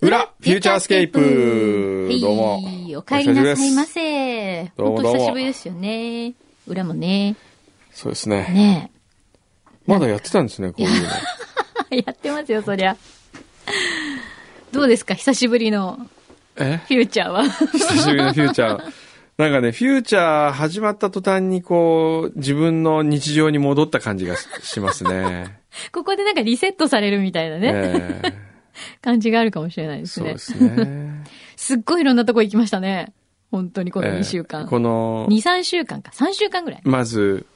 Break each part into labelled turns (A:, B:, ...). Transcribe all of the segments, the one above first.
A: フューチャースケープ
B: はい
A: どうも
B: お帰りなさいま
A: お久しぶ
B: せ。
A: どうも
B: ほん
A: どうも
B: と久しぶりですよね。裏もね。
A: そうですね。
B: ね
A: まだやってたんですね、こういうの。
B: え。やってますよ、そりゃ。どうですか久しぶりの
A: え
B: フューチャーは。
A: 久しぶりのフューチャー。なんかね、フューチャー始まった途端にこう、自分の日常に戻った感じがしします ね。
B: ここでなんかリセットされるみたいなね、
A: ええ
B: 感じがあるかもしれないです
A: そう
B: ね
A: で。すね。
B: すっごいいろんなとこ行きましたね。本当にこの
A: ええ
B: 2週間。
A: この、
B: 2、3週間か。3週間ぐらい。
A: まず、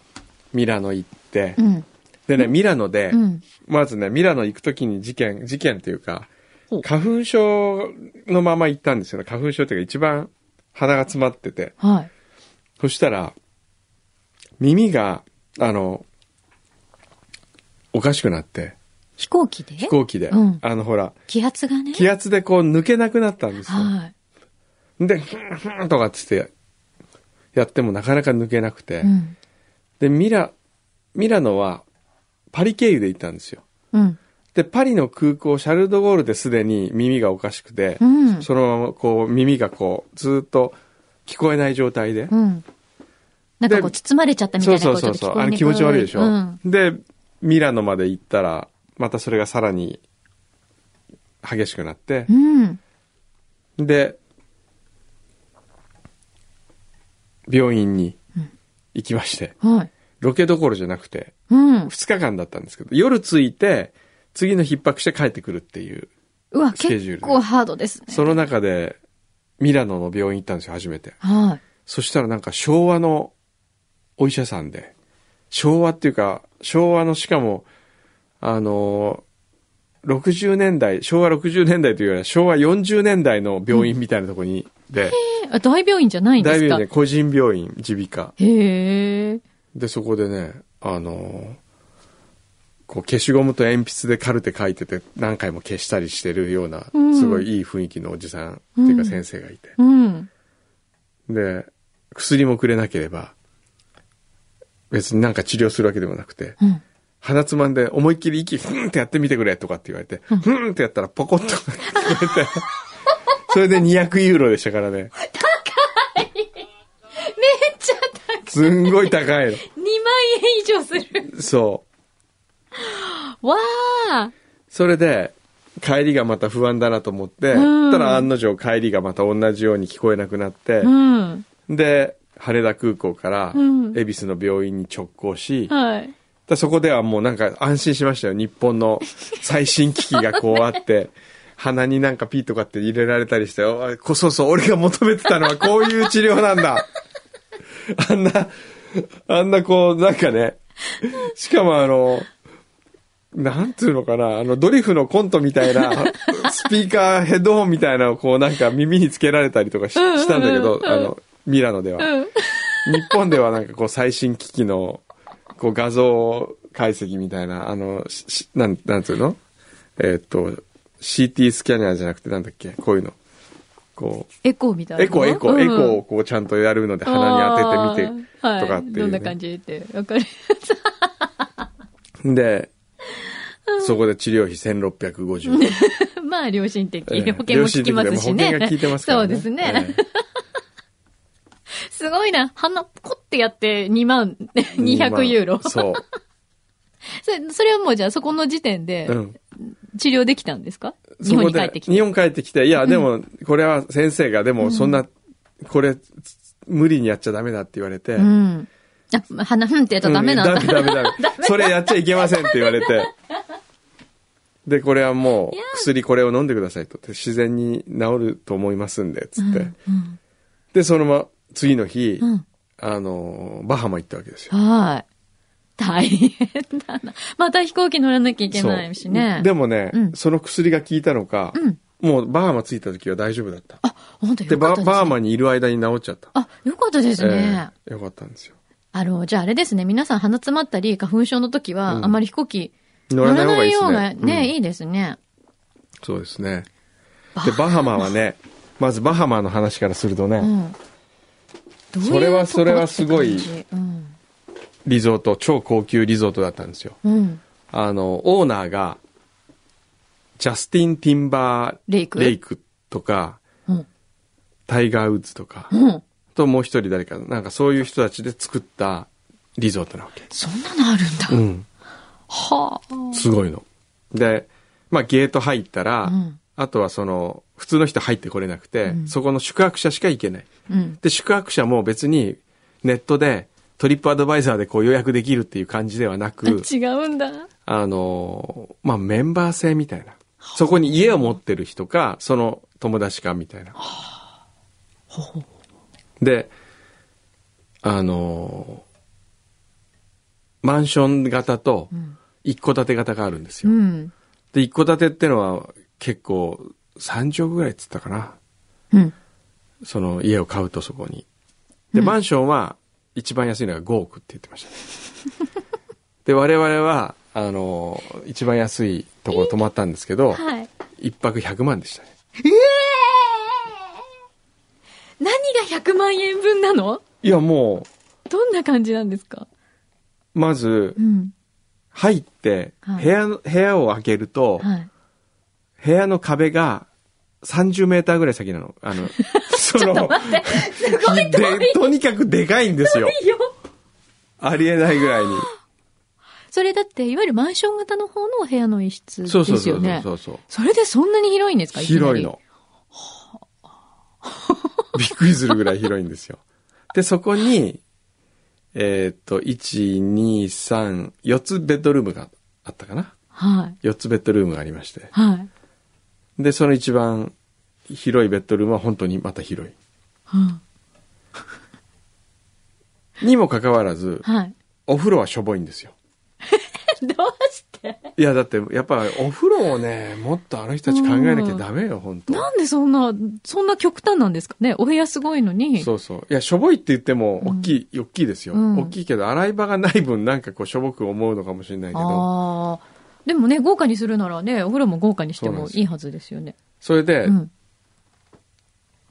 A: ミラノ行って
B: う、ん。
A: でね、ミラノで、
B: うん。
A: まずね、ミラノ行くときに事件、事件というか
B: ほう、
A: 花粉症のまま行ったんですよね。花粉症っていうか一番鼻が詰まってて。
B: はい。
A: そしたら、耳が、あの、おかしくなって、
B: 飛行機で
A: 飛行機で、
B: うん
A: あのほら、
B: 気圧がね。
A: 気圧でこう抜けなくなったんですよ。
B: は
A: で、ふんふんとかっつって、やってもなかなか抜けなくて。
B: い。うん。
A: で、ミラ、ミラノは、パリ経由で行ったんですよ。
B: うん。
A: で、パリの空港、シャルドゴールですでに耳がおかしくて、
B: うん
A: そのままこう耳がこう、ずーっと聞こえない状態で、
B: うん。なんかこう包まれちゃったみた
A: そ
B: いうなこ
A: そ
B: と
A: う
B: で
A: そうそ
B: 聞
A: う、
B: こえ
A: あ
B: に
A: の
B: くい
A: 気持ち悪いでしょ、
B: うん。
A: で、ミラノまで行ったら、またそれがさらに激しくなって
B: う、ん。
A: で、病院に行きまして、
B: はい。
A: ロケどころじゃなくて、
B: うん。
A: 2日間だったんですけど、夜着いて、次の逼迫して帰ってくるっていう。
B: うわ、
A: スケジュール
B: 結構ハードですね。
A: その中で、ミラノの病院行ったんですよ、初めて。
B: はい。
A: そしたらなんか昭和のお医者さんで、昭和っていうか、昭和のしかも、あのー、60年代、昭和60年代というよりは昭和40年代の病院みたいなとこに、で、
B: えあ大病院じゃないんで
A: 大
B: すか
A: 病院で個人病院、耳鼻科。
B: へえ。
A: で、そこでね、あのーこう消しゴムと鉛筆でカルテ書いてて何回も消したりしてるような、
B: うん
A: すごいいい雰囲気のおじさんっていうか先生がいて。
B: うん。
A: で、薬もくれなければ、別になんか治療するわけでもなくて、
B: うん。
A: 鼻つまんで思いっきり息、ふーんってやってみてくれとかって言われて、ふーんってやったらポコッと聞こえて、 それで200ユーロでしたからね。
B: めっちゃ高い。
A: すんごい高い
B: 2万円以上す る。
A: の。そう。
B: わあ。
A: それで、帰りがまた不安だなと思って、
B: うん
A: たら案の定帰りがまた同じように聞こえなくなって
B: う、ん。
A: で、羽田空港から
B: うん、
A: 恵比寿の病院に直行し、
B: はい。
A: だそこではもうなんか安心しましたよ。日本の最新機器がこうあって、 鼻になんかピーとかって入れられたりして、おいこそうそう、俺が求めてたのは こういう治療なんだ。 あんな、あんなこう、なんかね、しかもあの、なんつうのかな、あのドリフのコントみたい な、スピーカーヘッドホンみたいなのをこうなんか耳につけられたりとかし
B: うんうんうん
A: したんだけど、あの、ミラノでは。
B: うん。
A: 日本ではなんかこう最新機器のこう画像解析みたいな、あの、ししなん、なんつうのえーっと、CT スキャナーじゃなくてなんだっけこういうの。こ、
B: エコーみたいうな。
A: エコーエコー、
B: うん
A: エコーをこうちゃんとやるので鼻に当ててみて
B: あー
A: とかっていう、ね
B: はい。どんな感じって。わかる。
A: で、そこで治療費1650円。
B: まあ、良心的。
A: ええ
B: 保険も効きますし
A: 良
B: ね。
A: 心的でも保険が効いてますからね。
B: そうですね。
A: ええ
B: すごいな。鼻、コってやって2万、200ユー ロ。そ
A: そう。
B: れそれはもうじゃあそこの時点で
A: うん。
B: 治療できたんですか、
A: そ
B: 日本
A: こ
B: に帰
A: で
B: ってきて。
A: 日本帰ってきて、いや、でも、これは先生が、でも、そんな、これ、無理にやっちゃダメだって言われて。
B: うん。あ、ま鼻、ふんってやった らダメなんだ。
A: うんダメダメダメ。それやっちゃいけませんって言われて。で、これはもう、薬これを飲んでくださいと。自然に治ると思いますんで、つって。
B: うん
A: で、そのまま、次の日、
B: うん
A: あの、バハマ行ったわけですよ。
B: はい。大変だな。 また飛行機乗らなきゃいけないしね
A: そう。でもね、
B: うん
A: その薬が効いたのか、
B: うん
A: もうバハマ着いた時は大丈夫だった。
B: あ、本当よ
A: で
B: か
A: バ、
B: ったです、ね。
A: バーマにいる間に治っちゃった。
B: あ、よかったですね。
A: ええよかったんですよ。
B: あの、じゃああれですね。皆さん鼻詰まったり、花粉症の時は、
A: うん
B: あまり飛行機
A: 乗
B: 乗
A: ら
B: ら
A: ない方
B: な
A: がい
B: い
A: いで
B: よ
A: すね。
B: うがね、
A: うん
B: いいですね。
A: そうですね。で、バハマはね、まずバハマの話からするとね、
B: うん。どういう
A: それはそれはすごい
B: とこって感じ
A: リゾート、超高級リゾートだったんですよ。
B: うん。うん。
A: あの、オーナーが、ジャスティン・ティンバー
B: レイク
A: レイクっとか、
B: うん。
A: タイガー・ウッズとか、
B: うん。
A: あともう一人誰か、なんかそういう人たちで作ったリゾートなわけ。
B: そんなのあるんだ。
A: うん。
B: はあ。
A: すごいの。で、まあゲート入ったら、
B: うん
A: あとはその、普通の人入ってこれなくて、
B: うん
A: そこの宿泊者しか行けない。
B: うん。
A: で、宿泊者も別にネットでトリップアドバイザーでこう予約できるっていう感じではなく、
B: 違うんだ。
A: あの、まあ、メンバー制みたいな。そこに家を持ってる人か、その友達かみたいな。で、あの、マンション型と一戸建て型があるんです
B: う
A: よ。
B: ん。
A: で、一戸建てってのは結構3畳ぐらいっつったかな。
B: うん。
A: その家を買うとそこに。で、マンションは一番安いのが5億って言ってました、ね。で、我々は、あの、一番安いところ泊まったんですけど、
B: はい。
A: 一泊100万でしたね。
B: 何が100万円分なの
A: いや、も
B: どんな感じなんですか
A: う、まず
B: う、ん。
A: 入って、
B: はい
A: 部屋の、部屋を開けると、
B: はい。
A: 部屋の壁が30メーターぐらい先なの。 あの、その、
B: すごい遠
A: でとにかくでかいんですよ。
B: いよ。
A: ありえないぐらいに。
B: それだって、いわゆるマンション型の方のお部屋の一室です
A: そ
B: よ
A: う
B: ね。
A: そうそうそうそう。
B: それでそんなに広いんですか
A: 広い。 の。びっくりするぐらい広いんですよ。で、そこに、えーっと、1、2、3、4つベッドルームがあったかな。
B: きなりはい。
A: 4つベッドルームがありまして。
B: はい。
A: で、その一番広いベッドルームは本当にまた広
B: うん
A: い。にもかかわらず、
B: はい。
A: お風呂はしょぼいんですよ。
B: どうして
A: いや、だって、やっぱお風呂をね、もっとあの人たち考えなきゃダメよ、本当
B: なんでそんな、そんな極端なんですかねお部屋すごいのに。
A: そうそう。いや、しょぼいって言っても、大きい、大きいですよ。
B: うん
A: 大きいけど、洗い場がない分、なんかこう、しょぼく思うのかもしれないけど、
B: ああ。でもね、豪華にするならね、お風呂も豪華にして
A: そうなん
B: も
A: ですよ
B: いいはずですよね。
A: それで、
B: うん。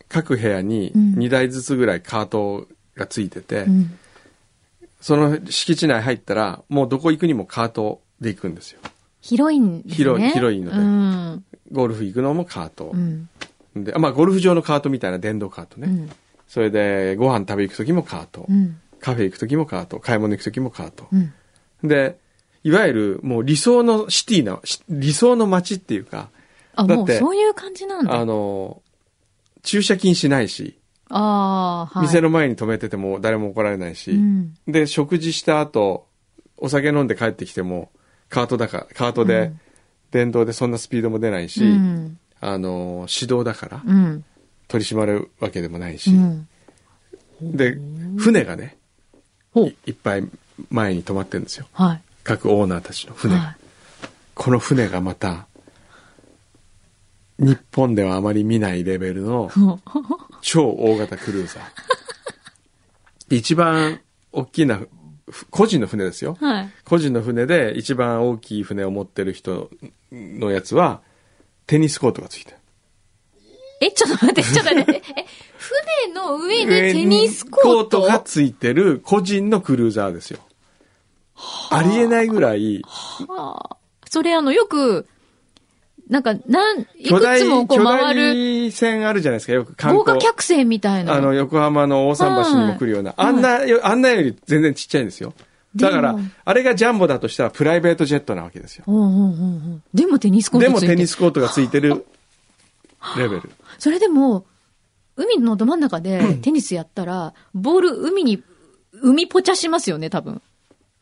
A: 各部屋に
B: うん
A: 2台ずつぐらいカートがついてて、
B: うん。
A: その敷地内入ったら、もうどこ行くにもカートで行くんですよ。
B: 広いんですね。
A: 広い広いので
B: うん。
A: ゴルフ行くのもカート
B: う。ん。
A: で、あまあ、ゴルフ場のカートみたいな電動カート
B: う
A: ね。
B: ん。
A: それで、ご飯食べ行く時もカート。
B: うん。
A: カフェ行く時もカート。買い物行く時もカート。
B: うん。
A: で、いわゆる、もう理想のシティな、し理想の街っていうか、
B: あ、
A: だって
B: もうそういう感じなんだ。
A: あの、駐車禁止ないし、
B: ああ、はい。
A: 店の前に止めてても誰も怒られないし、
B: うん。
A: で、食事した後、お酒飲んで帰ってきても、カートだから、カート
B: う
A: で
B: ん、
A: 電動でそんなスピードも出ないし、
B: うん。
A: あの、指導だから、
B: うん。
A: 取り締まるわけでもないし、
B: うん。
A: で、船がね、
B: ほう
A: い。いっぱい前に止まってるんですよ。
B: は
A: 各オーナーたちの
B: い。
A: 船が。
B: は
A: この船がまた、日本ではあまり見ないレベルの
B: い。もう
A: 超大型クルーザー。一番大きな、ふ個人の船ですよ。
B: はい。
A: 個人の船で一番大きい船を持ってる人のやつは、テニスコートがついてる。
B: え、ちょっと待って、ちょっと待って。え、え船の上にテニスコート
A: 上にコがついてる個人のクルーザーですよ。ありえないぐらい、
B: あーそれあの、よく、なんか、なん、い
A: 巨
B: く
A: 大、
B: つもこう
A: 巨
B: 回る、
A: 大船あるじゃないですか、よく観
B: 豪華
A: 光。
B: 客船みたいな。
A: あの、横浜の大桟橋にも来るような、あんなよ、あんなより全然ちっちゃいんですよ。だから
B: でも、
A: あれがジャンボだとしたらプライベートジェットなわけですよ。
B: うんうんうんうん。でもテニスコー
A: で
B: ト
A: も
B: ついて
A: テ
B: る
A: ニスコートがついてるレベル。
B: それでも、海のど真ん 中でテニスやったら、ボール海に、海ポチャしますよね、多分。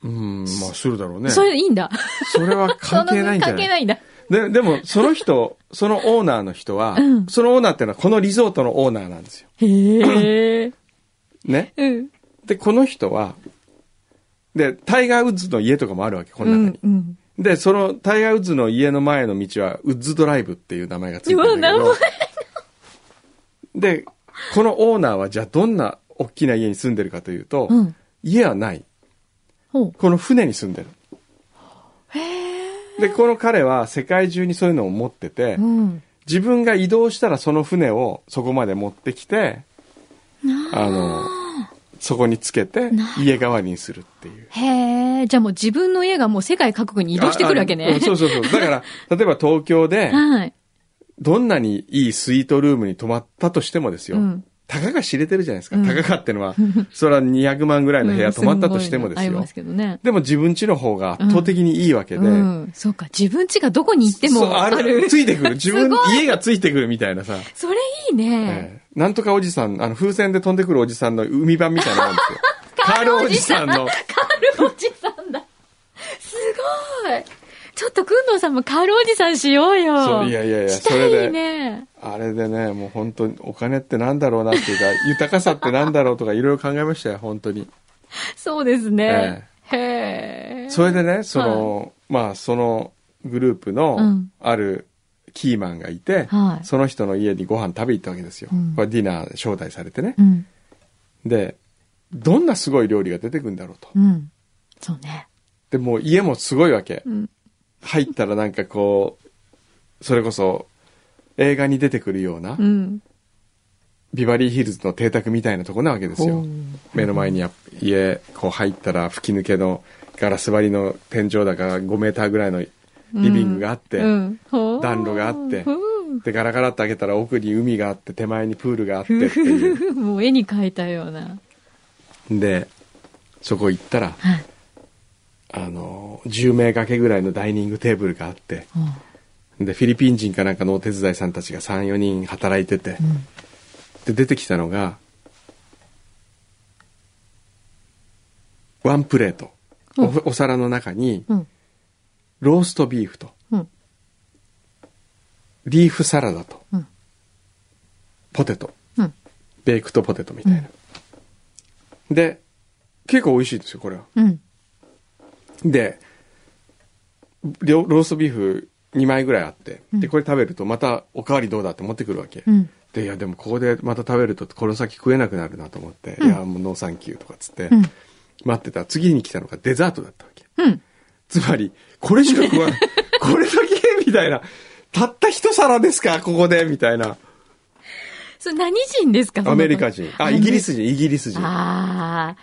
A: うん、まあするだろうね。
B: そ
A: そ
B: れいいんだ。
A: れは関係ないんじゃ
B: その分関係
A: な
B: ないいんだ。
A: ででも、その人、そのオーナーの人は、
B: うん
A: そのオーナーっていうのはこのリゾートのオーナーなんですよ。
B: へえ。
A: ね。
B: うん。
A: で、この人は、で、タイガー・ウッズの家とかもあるわけ、こ
B: う
A: の中
B: ん
A: に。
B: うん。
A: で、そのタイガー・ウッズの家の前の道は、ウッズドライブっていう名前がついてるんだけ
B: うわ
A: ど。で、このオーナーはじゃあどんな大きな家に住んでるかというと、
B: うん
A: 家はない。
B: ほう。
A: この船に住んでる。で、この彼は世界中にそういうのを持ってて、
B: うん。
A: 自分が移動したらその船をそこまで持ってきて、あの、そこにつけて家代わりにするっていう。
B: へえ。じゃあもう自分の家がもう世界各国に移動してくるわけ
A: ああう
B: ね
A: ん。そうそうそう。だから、例えば東京で、
B: はい。
A: どんなにいいスイートルームに泊まったとしてもですよ。
B: うん
A: たかが知れてるじゃないですか。
B: うん
A: たかがってのは、それは200万ぐらいの部屋泊まったとしてもです
B: うんごいのあり
A: よ。
B: ますけどね。
A: でも自分家の方が圧倒的にいいわけで。
B: うん。そうか。自分家がどこに行って
A: そう
B: もある。
A: ついてくる。自分
B: すご、
A: 家がついてくるみたいなさ。
B: それいい
A: え
B: ね。
A: えなんとかおじさん、あの、風船で飛んでくるおじさんの海版みたいなもん ですよ。カールおじさんの。
B: カールおじさんだ。すごい。ちょっと、くんどうさんもカールおじさんしようよ。
A: そういやいやいや
B: した
A: それで
B: いね。
A: あれでね、もう本当にお金ってなんだろうなっていうか、豊かさってなんだろうとかいろいろ考えましたよ、本当に。
B: そうですね。へえ。
A: それでね、その、まあ、そのグループ
B: う
A: の
B: ん
A: あるキーマンがいて、
B: はい
A: その人の家にご飯食べに行ったわけですよ。
B: うん
A: これディナー招待されてね
B: う。ん。
A: で、どんなすごい料理が出てくるんだろうと。
B: うん。そうね。
A: で、もう家もすごいわけ。
B: うん。
A: 入ったらなんかこう、それこそ映画に出てくるような、
B: うん。
A: ビバリーヒルズの邸宅みたいなとこなわけです
B: ほ
A: よ
B: う。
A: 目の前にや家、こう入ったら吹き抜けのガラス張りの天井だから5メーターぐらいのリビングがあって、
B: うん。ほう
A: 暖炉があって
B: うん
A: で、ガラガラって開けたら奥に海があって、手前にプールがあってっていう。
B: もう絵に描いたような。
A: で、そこ行ったら、
B: はい。
A: あの、10名掛けぐらいのダイニングテーブルがあって、
B: うん
A: で、フィリピン人かなんかのお手伝いさんたちが3、4人働いてて、で、出てきたのが、ワンプレート。
B: うん
A: おお皿の中に、
B: うん。
A: ローストビーフと、
B: うん。
A: リーフサラダと、
B: うん
A: ポテト、
B: うん。
A: ベイクとポテトみたいな。で、結構美味しいですよ、これは。
B: うん。
A: で、りょローストビーフ2枚ぐらいあって、で、これ食べるとまたおかわりどうだって持ってくるわけ。
B: うん。
A: で、いや、でもここでまた食べるとこの先食えなくなるなと思って、いや、もうノーサンキューとかっつって、
B: うん
A: 待ってたら次に来たのがデザートだったわけ。
B: うん。
A: つまり、これしか食わ ない。これだけみたいな。たった一皿ですかここでみたいな。
B: それ何人ですか
A: アメリカ人。あ、イギリ。ス人、イギリス人
B: その。ああ。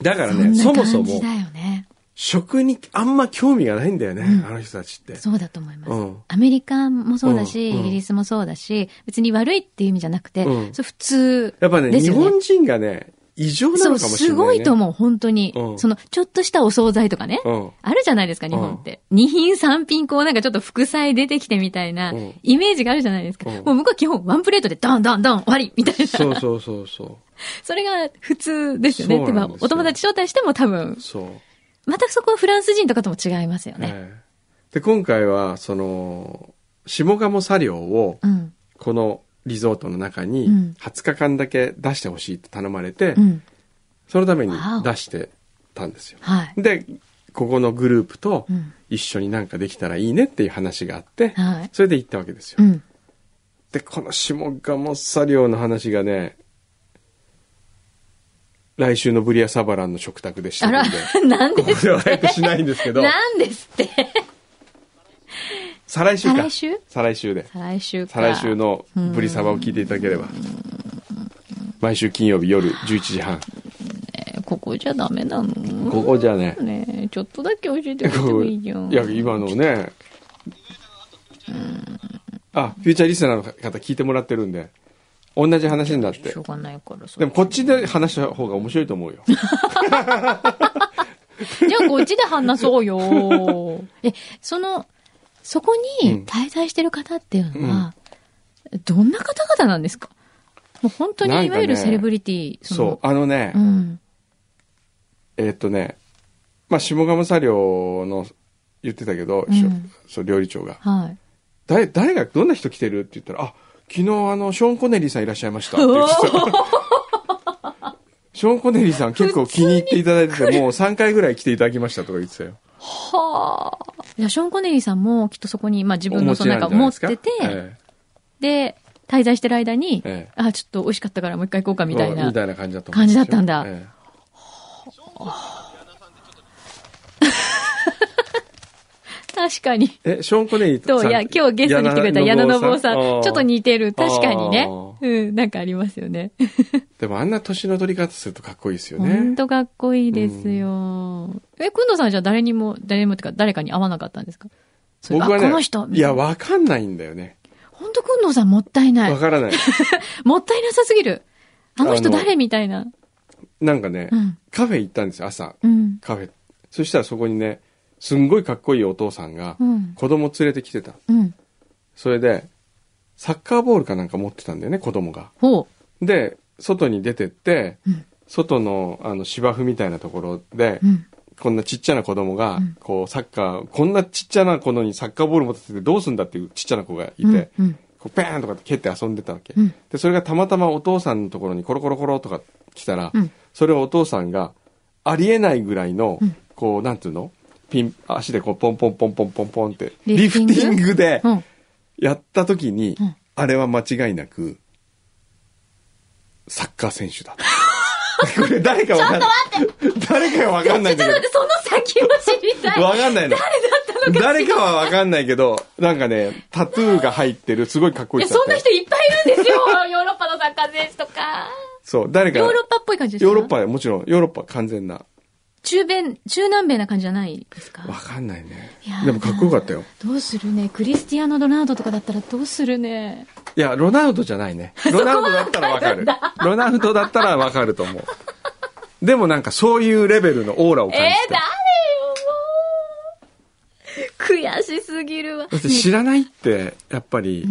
A: だから
B: ん
A: ね、
B: な
A: そもそ
B: 感じ
A: も
B: だ、よね。
A: 食にあんま興味がないんだよね、あの人たちって。
B: そうだと思います。
A: うん
B: アメリカもそうだし、
A: うんうん
B: イギリスもそうだし、別に悪いっていう意味じゃなくて、
A: うん
B: それ普通
A: やっぱね
B: です
A: 日
B: よね。
A: 本人がね、異常な
B: そ
A: の
B: う、
A: かもしれない、ね。
B: すごいと思う、本当に。
A: うん
B: その、ちょっとしたお惣菜とかね。
A: うん。
B: あるじゃないですか、日本って。二品三品こうなんかちょっと副菜出てきてみたいな
A: うん
B: イメージがあるじゃないですか。
A: うん
B: もう向こうは基本ワンプレートでドンドンドン終わりみたいな。
A: そうそうそうそ
B: それが普通ですよね。
A: そうなんですよ
B: てかお友達招待しても多分
A: う。、そう。
B: またそこはフランス人とかとも違いますよね。
A: ええで、今回は、その、下鴨作業を、
B: うん。
A: このリゾートの中
B: う
A: に
B: ん、
A: 20日間だけ出してほしいって頼まれて、
B: うん。
A: そのために
B: わお
A: 出してたんですよ。
B: はい。
A: で、ここのグループと
B: うん
A: 一緒になんかできたらいいねっていう話があって、
B: はい。
A: それで行ったわけですよ
B: う。ん。
A: で、この下鴨サリオの話がね、来週のブリアサバランの食卓でして
B: あ
A: る
B: ら
A: んで、、
B: なん
A: こ
B: で
A: こでは早くしないんですけど、
B: なんですって。
A: 再来週か。
B: 再来週
A: 再来週で。
B: 再来週か。
A: 再来週のブリサバを聞いていただければ。毎週金曜日夜11時半。
B: えー。ここじゃダメなの
A: ここじゃね、
B: ねえちょっとだけ教えてくれてもいいじゃん。
A: いや、今のね、あ、フューチャーリスナーの方聞いてもらってるんで、同じ話になって
B: しょ。うがないからさ。
A: でもこっちで話した方が面白いと思うよ。
B: じゃあこっちで話そ うよ。え、その、そこ
A: うん
B: に滞在してる方っていうのは、どんな方々なんですかもう本当
A: なん
B: にい
A: かね
B: わゆるセレブリティ、
A: そう
B: の。、
A: あのね、
B: うん。
A: えーっとね、まあ、下鴨作業の言ってたけど、
B: うん
A: しょそう料理長が
B: はい。
A: 誰誰がどんな人来てるって言ったら「あ昨日あのショーン・コネリーさんいらっしゃいました」って言ってた ショーン・コネリーさん結構気に入っていただいててもう3回ぐらい来ていただきましたとか言ってたよ
B: はあ。いや、ショーン・コネリーさんもきっとそこに、まあ自分のそのなんか
A: お持
B: 持っ
A: ちな
B: て
A: んじ
B: て
A: ゃ、ないですかえ
B: で、滞在してる間に、
A: ええ
B: あ、ちょっと美味しかったからもう一回行こうか
A: え
B: みたい
A: そう
B: な
A: み。たいな感じだった
B: 感じだったんだ
A: え
B: 確かに。
A: ええショーン・コネリーさん
B: と、いや、今日ゲストに来てくれた矢野信夫さん、ちょっと
A: に
B: 似てる。確かにね
A: あー。
B: うん、なんかありますよね。
A: でもあんな年の取り方するとかっこいいですよ
B: ほん
A: ね
B: とかっこいいですよ。え、くんどさんはじゃあ誰にも、誰にもってか誰かに会わなかったんですかそういう
A: 僕は
B: あ
A: ね
B: この人
A: いやわかんないんだよね
B: 本当くんのさんもったいない
A: わ。 からない。
B: もったいなさすぎる。あの人
A: あの
B: 誰みたいな。
A: なんかね、
B: うん。
A: カフェ行ったんですよ、朝。
B: うん。
A: カフェ。そしたらそこにね、すんごいかっこいいお父さんが
B: う、ん。
A: 子供連れてきてた。
B: うん。
A: それで、サッカーボールかなんか持ってたんだよね、子供が。
B: ほ
A: で、外に出てって、
B: う。うん。
A: 外のあの芝生みたいなところで、
B: うん。
A: こんなちっちゃな子供が、
B: うん
A: こうサッカー、こんなちっちゃな子のにサッカーボール持っててどうすんだっていうちっちゃな子がいて、
B: うんうん。
A: こうペーンとかって蹴って遊んでたわけ、
B: うん
A: で、それがたまたまお父さんのところにコロコロコロとか来たら、
B: うん
A: それをお父さんがありえないぐらいの、
B: うん
A: こう、なんていうのピン、足でこうポンポンポンポンポンポンって、
B: リ
A: リ
B: フ
A: フ
B: ティン
A: テ
B: グ
A: ィングで
B: うん。
A: やった時に、
B: うん
A: あれは間違いなく、サッカー選手だ。 これ誰かわかんない。誰かわかんないん
B: ちょ
A: だ
B: っ
A: け
B: と
A: ど
B: 待っ。て、その先を知りたい。
A: わかんないの。誰かはわかんないけど、なんかね、タトゥーが入ってる、すごいかっこ
B: い
A: いい
B: や、
A: 人だ
B: そ
A: っ
B: ん
A: た
B: な
A: よ
B: 人いっぱいいるんですよ。 ヨーロッパのサッカー選手とか。
A: そう、誰か。
B: ヨーロッパっぽい感じですか
A: ヨーロッパ、もちろん、ヨーロッパ完全な。
B: 中米、中南米な感じじゃないです
A: わ
B: か
A: かんないね
B: いや。ー
A: でもかっこよかったよ。
B: どうするね。クリスティアーノ・ロナウドとかだったらどうするね。
A: いや、ロナウドじゃない ね。ロナウドだったらわかる。ロナウドだったらわかると思う。でもなんかそういうレベルのオーラを
B: えー、
A: 感
B: 誰よ
A: じた。、
B: もう。悔しすぎるわ。
A: だって知らないって、やっぱり、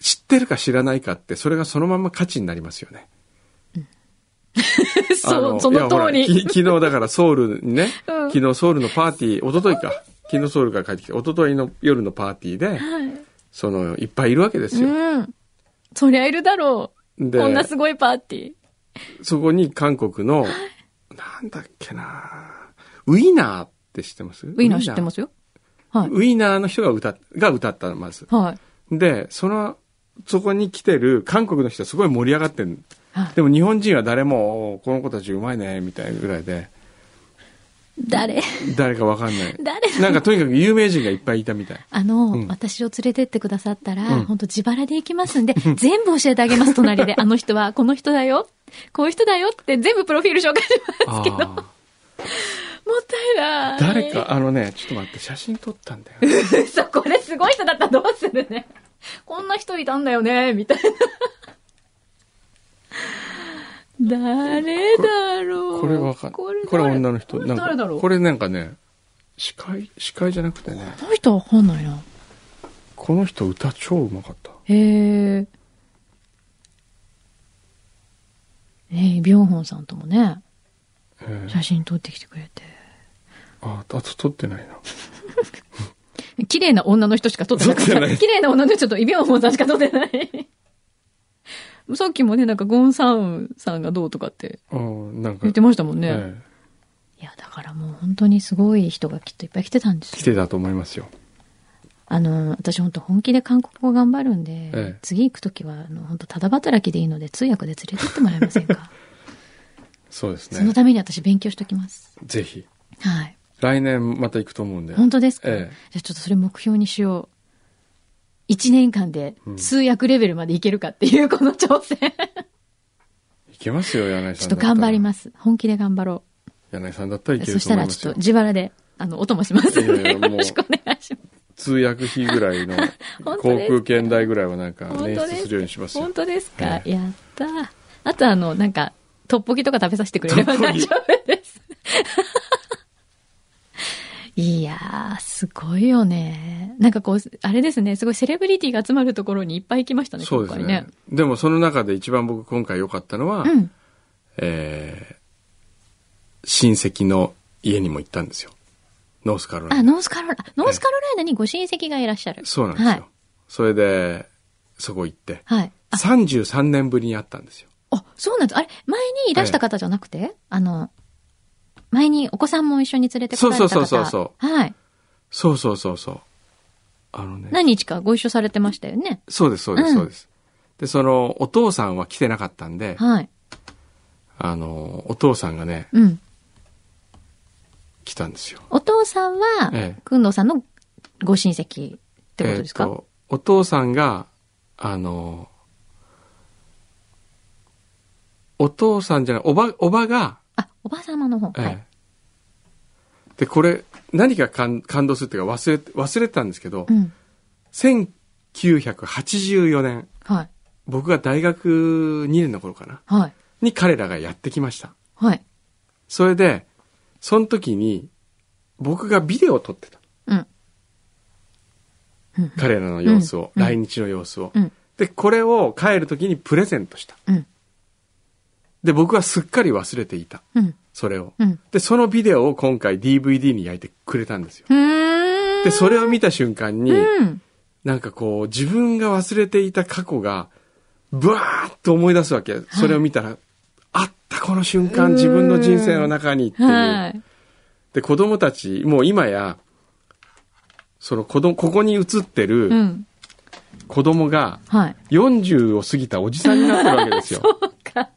A: 知ってるか知らないかって、それがそのまま価値になりますよね。 あ
B: そう、そ
A: いや
B: の通
A: ほら
B: り。
A: き昨日だからソウルにね、
B: うん
A: 昨日ソウルのパーティー、一昨日か。昨日ソウルから帰ってきて、一昨日の夜のパーティーで、その、いっぱいいるわけですよ。
B: うん。そりゃいるだろう。
A: で
B: こんなすごいパーティー。
A: そこに韓国の、なんだっけなウィナーって知ってますウ
B: ウィーナー知ってますよ。はい。
A: ウィナーの人が歌っ、が歌ったの、まず。
B: はい。
A: で、その、そこに来てる韓国の人はすごい盛り上がってる。
B: はい
A: でも日本人は誰も、おーこの子たちうまいね、みたいなぐらいで、
B: 誰
A: 誰かわかんない。
B: 誰だ
A: なんかとにかく有名人がいっぱいいたみたい。
B: あの、
A: うん
B: 私を連れてってくださったら、
A: うん
B: 本当自腹で行きますん で、全部教えてあげます、隣 で。あの人は、この人だよ。こういう人だよって全部プロフィール紹介し ますけど、もっ
A: あ
B: たいな
A: ー
B: い。
A: 誰 か、あのね、ちょっと待って、写真撮ったんだよね。
B: 嘘、これすごい人だったらどうするね。こんな人いたんだよね、みたいな。 誰だろう。
A: これわかん
B: これ
A: これ女の人。
B: これ
A: なん
B: 誰だ
A: か、
B: ろう。
A: これなんかね、司会、司会じゃなくてね、
B: この人わかんないな。
A: この人歌超うまかった。
B: へえ。ねえ、ビョンホンさんともね、
A: えー
B: 写真撮ってきてくれて。
A: あ、あと撮ってない な。
B: 綺麗な女の人しか撮ってなかっ。
A: 撮ったてない
B: 綺麗な女の人とイビョンホンさんしか撮って ない。さっきもね、なんかゴンサウンさんがどうとかって
A: うん、なんか
B: 言っ。てましたもんね。
A: ええ
B: いや、だからもう本当にすごい人がきっといっぱい来てたんですよ。
A: 来てたと思いますよ。
B: あの、私本当本気で韓国語頑張るんで、
A: ええ
B: 次行くときは、あの、本当ただ働きでいいので通訳で連れてってもらえませんか、
A: そうです
B: そ の
A: ね。
B: ために私勉強しときます。
A: ぜひ。
B: はい。
A: 来年また行くと思うんで。
B: 本当ですか、
A: ええ
B: じゃあちょっとそれ目標にしよう。1年間で通訳レベルまでいけるかっていうこの 挑戦。
A: 行けますよ、柳井
B: ちょ
A: さ
B: っ
A: ん
B: と
A: だたら。
B: 頑張ります。本気で頑張ろ
A: 柳井さんだったら
B: う。
A: いけ
B: そ
A: る
B: し
A: と思
B: た
A: い
B: ら
A: ま
B: ち
A: す
B: ょっ
A: よ
B: と。自腹で、あの、お供しますん
A: いや
B: で、
A: いや
B: よ
A: もう
B: ろしくお願い します。
A: 通訳費ぐらいの 航
B: 本当ですか
A: 空券代ぐらいはなんか
B: 本
A: 捻
B: 当
A: 出
B: です
A: するようにしますよ
B: 本。当ですか、
A: はい
B: やったーあとあの、なんか、トッポギとか食べさせてくれれば大丈夫です。 いやー、すごいよね。なんかこう、あれですね、すごいセレブリティが集まるところにいっぱい行きましたね、
A: そうです
B: 今回
A: ね。でもその中で一番僕今回良かったのは、
B: うん。
A: えー親戚の家にも行ったんですよ。ノースカロラ
B: あ、
A: イナ。
B: ノースカロライナ、ノースカロライナにご親戚がいらっしゃる。
A: そうなんですよ。
B: はい
A: それで、そこ行って、
B: はい。あ、
A: 33年ぶりに会ったんですよ。
B: あそうなんです。あれ、前にいらした方じゃなくて、あの、前にお子さんも一緒に連れてこられた方。。
A: そうそうそうそう
B: はい。
A: そうそうそうそう。あのね。
B: 何日かご一緒されてましたよね。
A: そうです、そうで
B: うん
A: す、そうです。で、その、お父さんは来てなかったんで、
B: はい。
A: あの、お父さんがね、
B: うん。
A: 来たんですよ。
B: お父さんは
A: ええ、
B: くんのさんのご親戚ってことですか、
A: えーとお父さんが、あの、お父さんじゃない、おば、おばが、
B: あ、おば様の方。
A: えー
B: はい。
A: で、これ、何が感感動するっていうか忘れ、忘れてたんですけど、
B: うん。
A: 1984年、
B: はい。
A: 僕が大学2年の頃かな、
B: はい。
A: に彼らがやってきました。
B: はい。
A: それで、その時に、僕がビデオを撮ってた。
B: うん。うん。
A: 彼らの様子を、
B: うん
A: 来日の様子を。
B: うん。
A: で、これを帰る時にプレゼントした。
B: うん。
A: で、僕はすっかり忘れていた。
B: うん。
A: それを。
B: うん。
A: で、そのビデオを今回 DVD に焼いてくれたんですよ。
B: うーん。
A: で、それを見た瞬間に、
B: うん。
A: なんかこう、自分が忘れていた過去が、ブワーッと思い出すわけ。それを見たら、あった、この瞬
B: う
A: 間、
B: ん
A: 自分の人生の中にっていう。
B: はい。
A: で、子供たち、もう今や、その子供、ここに映って
B: う
A: る
B: ん。
A: 子供が、
B: はい。
A: 40を過ぎたおじさんになってるわけ ですよ。
B: そうか。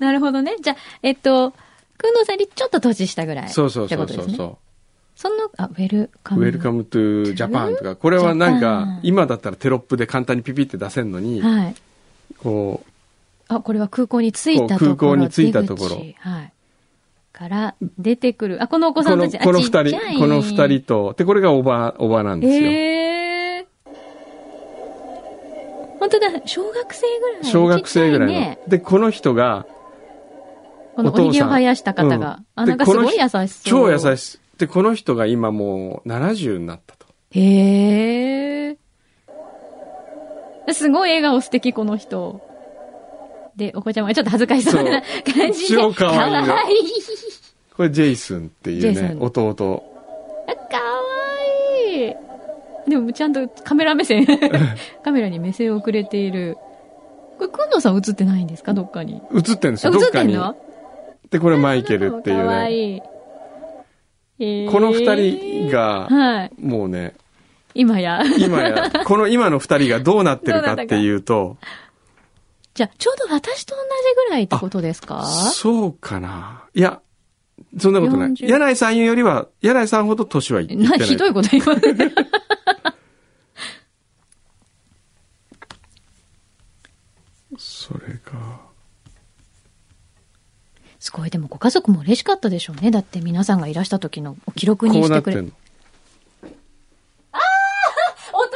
B: なるほどね。じゃあ、えっと、くんのさんよりちょっと年下ぐらい。
A: そうそう
B: って
A: そ
B: こ
A: う
B: と
A: そ
B: です
A: う
B: ね。
A: そ
B: その、あ、ウェルカ
A: う。
B: ム。
A: ウェルカムトゥジャパンとか、これはなんか、
B: ジャ
A: 今だったらテロップで簡単にピピって出せるのに、
B: はい。
A: こう、
B: あ、これは空港に着いたとこ
A: こ
B: ろ。
A: う空港に着いたところ
B: 出口はい。から出てくる。あ、このお子さ
A: こ
B: ん
A: の、
B: たち。
A: この
B: あ
A: 二
B: ちっちゃい
A: 人、この二人と、で、これがおば、おばなんですよ。
B: へえ本当だ、小学生ぐらい。
A: 小学生ぐらい
B: ちっ
A: の。
B: ちゃね、
A: で、この人が、
B: このおにぎりを生やした方が。
A: うん
B: あ、なん
A: で
B: か
A: すこの
B: ごい
A: 人
B: 優しそ
A: 超
B: う。
A: 優しい。で、この人が今もう70になったと。
B: い。へえすごい笑顔素敵、この人。で、お子ちゃまがちょっと恥ずかしそうな感じで。
A: 超可愛いの
B: かわいい。
A: これジェイスンっていう
B: ジェイ
A: ね
B: ソ、ン
A: 弟。
B: あかわいい。でも、ちゃんとカメラ目 線。カメラに目線をくれている。これ、くんのさん映ってないんですかどっかに。
A: 映ってるんです
B: あ
A: よ、どっ
B: 映っ
A: か
B: てん
A: に。
B: の
A: で、これマイケルっていう
B: かわ
A: ね。
B: いい。えー
A: この二人、が、
B: はい。
A: もうね、
B: 今や。
A: 今や、この今の二人がどうなってるかっていうと、
B: じゃあ、ちょうど私と同じぐらいってことですか
A: そうかな。いや、そんなことない。
B: 40
A: 柳井さんよりは、柳井さんほど年はいってな。
B: ないひどいこと言われて。
A: それが。
B: すごい、でもご家族も嬉しかったでしょうね。だって皆さんがいらした時の記録に
A: こう
B: し
A: な
B: て
A: って
B: くれ
A: ん
B: る。
A: の。
B: あーお父さ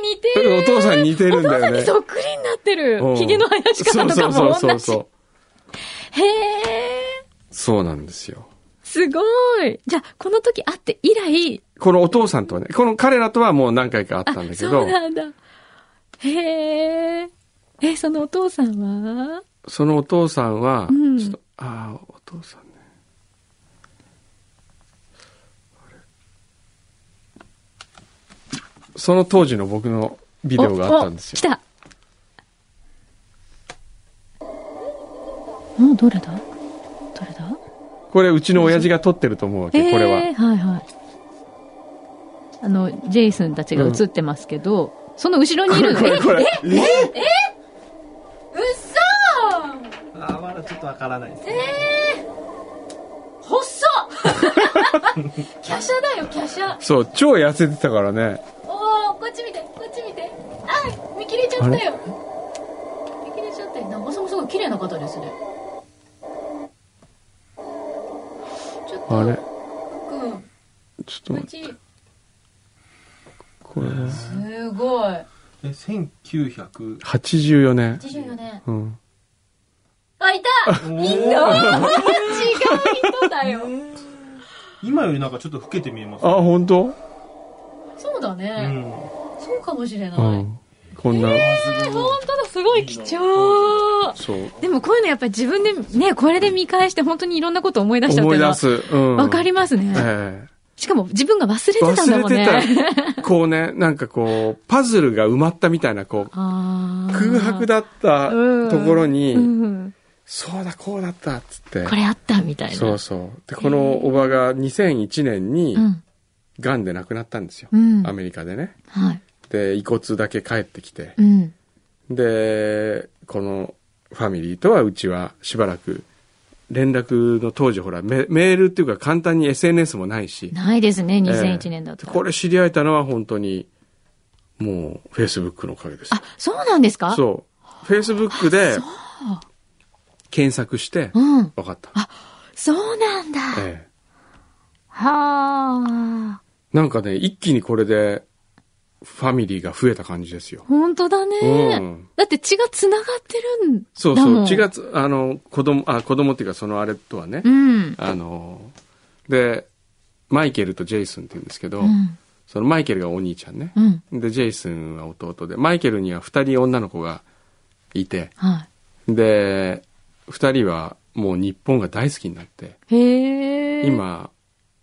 B: んに似てる
A: お父さんに似てるんだよね
B: お父さんにそっくりになって
A: う
B: る
A: ん
B: ひげの生やし方とかも同じ。
A: そうそうそうそう。
B: へえ、
A: そうなんですよ。
B: すごいじゃあ、この時会って以来、
A: このお父さんとはね、この彼らとはもう何回か会ったんだけ
B: そう
A: ど、
B: なんだ。へえ。え、そのお父さんは
A: そのお父さんは、
B: うん
A: ちょっと、ああ、お父さんね。あれその当時の僕のビ
B: ビ
A: デオがあったんです
B: 来
A: よ。
B: た。お、どれだどれだ
A: これ、うちの親父が撮ってると思うわけ、これ
B: えー
A: は。
B: はいはい。あの、ジェイソンたちが映ってますけど、その後ろにいるの
A: これ、これ。え
B: うっそー
C: あーまだちょっとわからないですね。
B: 細っ 華奢だよ、華奢。
A: そう、超痩せてたからね。
B: おおこっち見てこっち見てあ見切れちゃったよ見切れちゃったよ長さもすごい綺麗な方ですねちょっと
A: あれ
B: くん
A: ちょっと
B: こっ
A: 待って、
B: ち
A: これは。
B: すごい
C: え、1900。
A: 84年。
B: 84年
A: うん。
B: あい た
C: お
B: おー
C: ー
B: 違う人だよ
C: 今よりなんかちょっと老けて見えます、
A: あ、本当
B: そうだ
C: う
B: ね、
C: ん。
B: そうかもしれない、
A: うん。こんな、
B: えー本当だすごい貴重
A: そう。
B: でもこういうのやっぱり自分でねこれで見返して本当にいろんなこと思い出したって
A: 思
B: い
A: いう
B: の
A: 出
B: は
A: す。うん。
B: わかりますね、
A: え
B: しかも自分が忘れて
A: え
B: たんだもんね。
A: 忘れてた。こうね、なんかこう、パズルが埋まったみたいな、こう、
B: あー
A: 空白だった
B: うん
A: ところ
B: う
A: に、
B: ん
A: そうだ、こうだった、つって。
B: これあったみたいな。
A: そうそう。で、このおばが2001年に
B: う、ん。
A: 癌で亡くなったんですよ
B: う。ん。
A: アメリカでね。
B: はい。
A: で、遺骨だけ帰ってきて
B: う。ん。
A: で、このファミリーとはうちはしばらく、連絡の当時ほらメ、メールっていうか簡単に SNS もないし、
B: ないですね、2001年だと。
A: ええこれ知り合えたのは本当に、もう、フェイスブックのおかげです。
B: あ、そうなんですかう。
A: そう。フェイスブックで、検索して、
B: うん。
A: 分かった。
B: そうなんだ。は
A: ええ
B: あ。
A: なんかね、一気にこれで、ファミリーが増えた感じですよ。
B: 本当だね、
A: うん
B: だって血が繋がってるんだもん。
A: そうそう、血がつ、あの、子供、あ、子供っていうかそのあれとはね、
B: うん。
A: あの、で、マイケルとジェイスンって言うんですけど、
B: うん。
A: そのマイケルがお兄ちゃんね
B: う。ん。
A: で、ジェイスンは弟で、マイケルには二人女の子がいて、
B: は
A: で、二人はもう日本が大好きになって、
B: い。へえ。。
A: 今、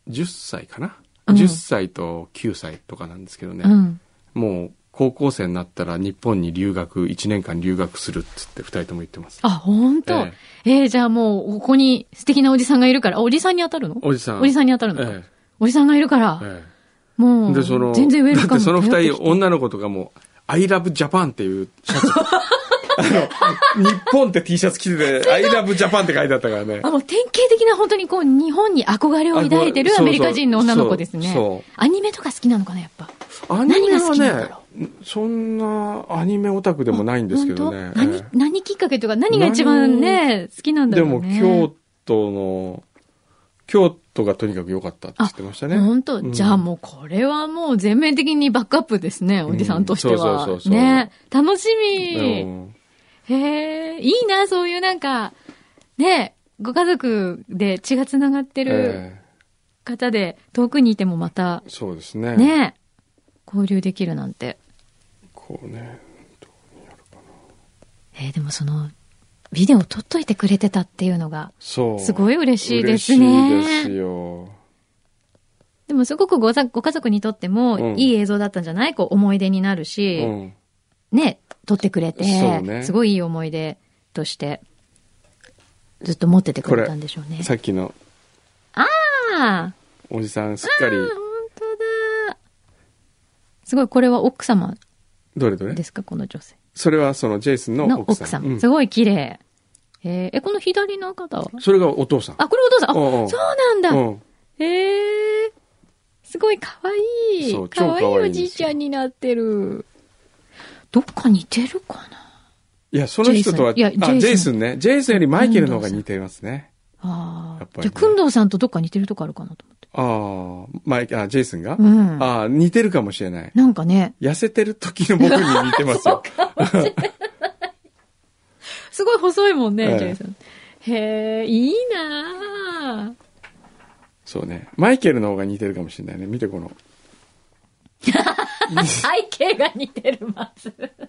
A: 10歳かな、
B: うん
A: ?10 歳と9歳とかなんですけどね、
B: うん。
A: もう高校生になったら日本に留学、1年間留学するっつって二人とも言ってます。
B: あ、本当。
A: え
B: ええじゃあもう、ここに素敵なおじさんがいるから、あおじさんに当たるの
A: おじさん。
B: おじさんに当たるのか、
A: え
B: おじさんがいるから、
A: ええ
B: も
A: え
B: う、
A: で、その、
B: 全然ウェルカム
A: だってその
B: 頼って
A: 二
B: き
A: 人、
B: て
A: 女の子とかも、I love Japan っていうシャツ。あの、日本って T シャツ着てて、I love Japan って書いてあったからね。
B: あもう典型的な本当にこう、日本に憧れを抱いてる
A: あ
B: ア
A: そうそう
B: メリカ人の女の子ですね。
A: そう
B: アニメとか好きなのかな、やっぱ。
A: アニメ
B: 何が好きなんだ
A: は
B: ろ
A: ね、そんなアニメオタクでもないんですけどね
B: 本。当何
A: え、
B: 何きっかけとか、何が一番ね、好きな
A: え
B: んだ
A: で
B: ろう
A: も
B: ね。
A: 京都の、京都がとにかく良かったって言ってましたね。
B: 本当、
A: うん
B: じゃあもうこれはもう全面的にバックアップですね、おじさんとしては。
A: そうそうそうそう
B: ね楽しみ、
A: うん
B: へえ、いいな、そういうなんか、ねご家族で血が繋がってる
A: ええ
B: 方で、遠くにいてもまた、
A: そうですね。
B: ね交流できるなんて。
A: こうね。
B: えーでもその、ビデオ撮っといてくれてたっていうのが、
A: そう。
B: すごい嬉しいです
A: 嬉しいです
B: ね。
A: よ。
B: でもすごくござご家族にとって
A: うん
B: も、いい映像だったんじゃないこう、思い出になる
A: う
B: し、
A: ん。
B: ね、撮ってくれて、
A: そうね
B: すごいいい思い出として、ずっと持っててくれたんでしょうね。
A: さっきの
B: ああ、
A: おじさんすっかり、
B: 本当だ。すごい、これは奥様
A: どれどれ
B: ですか、この女性。
A: それはそのジェイスンの
B: の
A: 奥
B: 奥
A: さ
B: さ
A: ん。
B: ん。
A: うん
B: すごい綺麗。えーえ、この左の方は
A: それがお父さん。
B: あ、これお父さん。あ、
A: うんうん
B: そうなんだ。
A: うん
B: へえ。すごい可愛
A: そう
B: い。可
A: 超可
B: 愛い
A: 愛い
B: お
A: んですよ
B: じいちゃんになってる。どっか似てるかない
A: や、その人とは、あ、
B: ジ
A: ジ
B: ェイソンいや
A: ェ
B: ジェ
A: イ
B: イ
A: ソ
B: ソン
A: ンね。ジェイソンよりマイケルの方が似てますね。
B: あ
A: やっ
B: あ、
A: ぱりね
B: じゃあ、くんどうさんとどっか似てるとこあるかなと思って。
A: ああ、マイケル、あ、ジェイソンが、
B: うん。
A: ああ、似てるかもしれない。
B: なんかね、
A: 痩せてる時の僕に似て ますよ。
B: すごい細いもんね、
A: ええ
B: ジェイさん。へえ、いいなあ
A: そうね。マイケルの方が似てるかもしれないね。見てこの。
B: 背景が似てる、まず。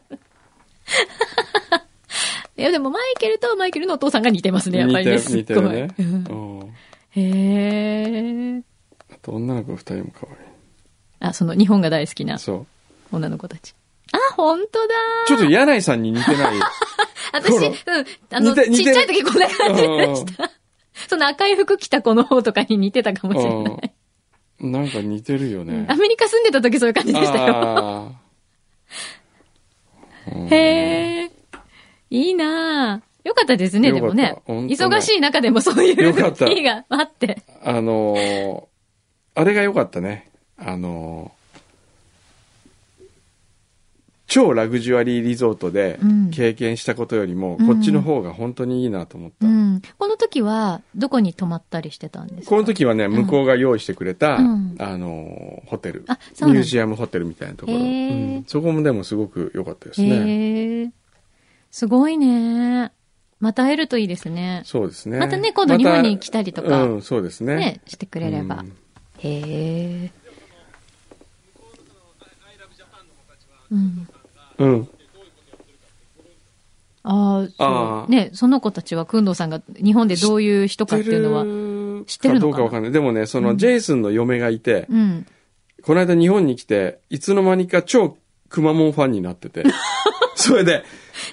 B: いや、でもマイケルとマイケルのお父さんが似てますね、やっぱ
A: 似
B: り
A: て
B: ね。
A: る、
B: す
A: 似
B: ってごい
A: るね。う
B: うん
A: ん。
B: へえ。
A: あと女の子二人も可愛。
B: あ、その日本が大好きない
A: そう。
B: 女の子たち。あ、本当だ
A: ちょっと柳井さんに似て ない。
B: 私、
A: ほ
B: う
A: ら
B: ん、あの、
A: 似て
B: ちっ
A: 似て
B: ちゃい時こんな感じでした。その赤い服着た子の方とかに似てたかもしれない。
A: うん。なんか似てるよね。
B: アメリカ住んでた時そういう感じでしたよ。
A: ああうん
B: へえ、いいなあよかったですね、
A: よ
B: で
A: かっ
B: も
A: た
B: ね。
A: 本当ね
B: 忙しい中でもそうい
A: よかっ
B: う
A: た
B: 日があって。
A: あのーあれが良かったね。あのー超ラグジュアリーリゾートで
B: うん
A: 経験したことよりも、
B: うん
A: こっちの方が本当にいいなと思った。
B: うん。この時は、どこに泊まったりしてたんですか
A: この時はね、向こうが用意してくれた、
B: うん
A: あのーホテル、
B: あそうなん
A: ミ
B: だ
A: ュージアムホテルみたいなところ、
B: へー
A: うんそこもでもすごく良かったですね。
B: へえ、すごいね。また会えるといいですね。
A: そうですね。
B: またね、今度日本に来たりと
A: また
B: か、
A: うん、そうですね。
B: ね、してくれれば。
A: うん
B: へえ。うん、
A: うん。
B: ああ、
A: あ
B: そ
A: ー
B: う。ね、その子たちは、くんどうさんが日本でどういう人かっていうのは。知ってるの
A: どう
B: かな
A: かわかんない。でもね、その、
B: うん
A: ジェイソンの嫁がいて、
B: うん。
A: この間日本に来て、いつの間にか超くまモンファンになって て。それで、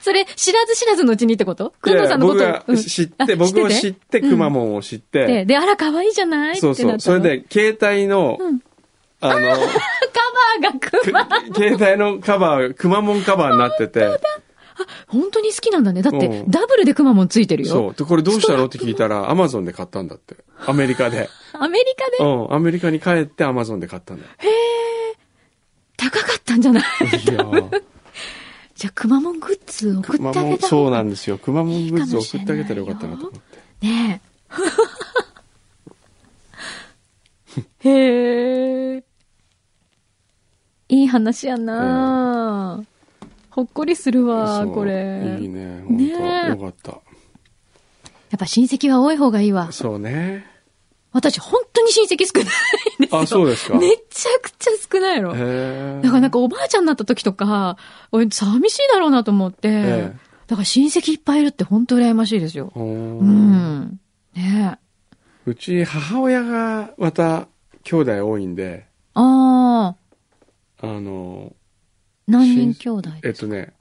B: それ、知らず知らずのうちにってことくんどうさんのこ
A: 僕
B: と
A: が
B: うん
A: 知って、
B: あ
A: 僕を知って、くまモンを知っ
B: うんで
A: て、
B: で、あら、可愛いじゃない
A: そう
B: って
A: そ
B: な
A: う。
B: った
A: そ
B: の
A: れ、で、携帯の、
B: うん
A: あ の、
B: カバーがくま。
A: 携帯のカバー、くまモンカバーになってて、
B: 本当に好きなんだね。だって、
A: うん
B: ダブルでくまモンついてるよ。
A: そう。で、これどうしたのって聞いたら、アマゾンで買ったんだって。アメリカで。
B: アメリカ
A: う
B: で
A: ん。アメリカに帰ってアマゾンで買ったんだ。
B: 高かったん じゃない
A: いやー
B: じゃあ、くまモングッズ送って
A: 熊
B: あげた方
A: 本
B: が
A: そうなんですよ。くまモングッズ
B: いいかもし
A: 送
B: れ
A: っ
B: ない
A: てあげたらよかったなと思って。
B: ね え。へえ。いい話やな、ほっこりするわ、
A: そう
B: これ。
A: いいね本
B: ね
A: 当、
B: え
A: よかった
B: やっぱ親戚は多い方がいいわ。
A: そうね
B: 私、本当に親戚少ないんですよ。
A: あそうですか
B: めちゃくちゃ少ないの。
A: へえ
B: だからなんかおばあちゃんになった時とか、俺寂しいだろうなと思って、
A: ええ
B: だから親戚いっぱいいるって本当羨ましいですよ。
A: う
B: うんん。ねえ。
A: うち母親がまた兄弟多いんで
B: ああ、
A: あの
B: 何人兄弟
A: えっとね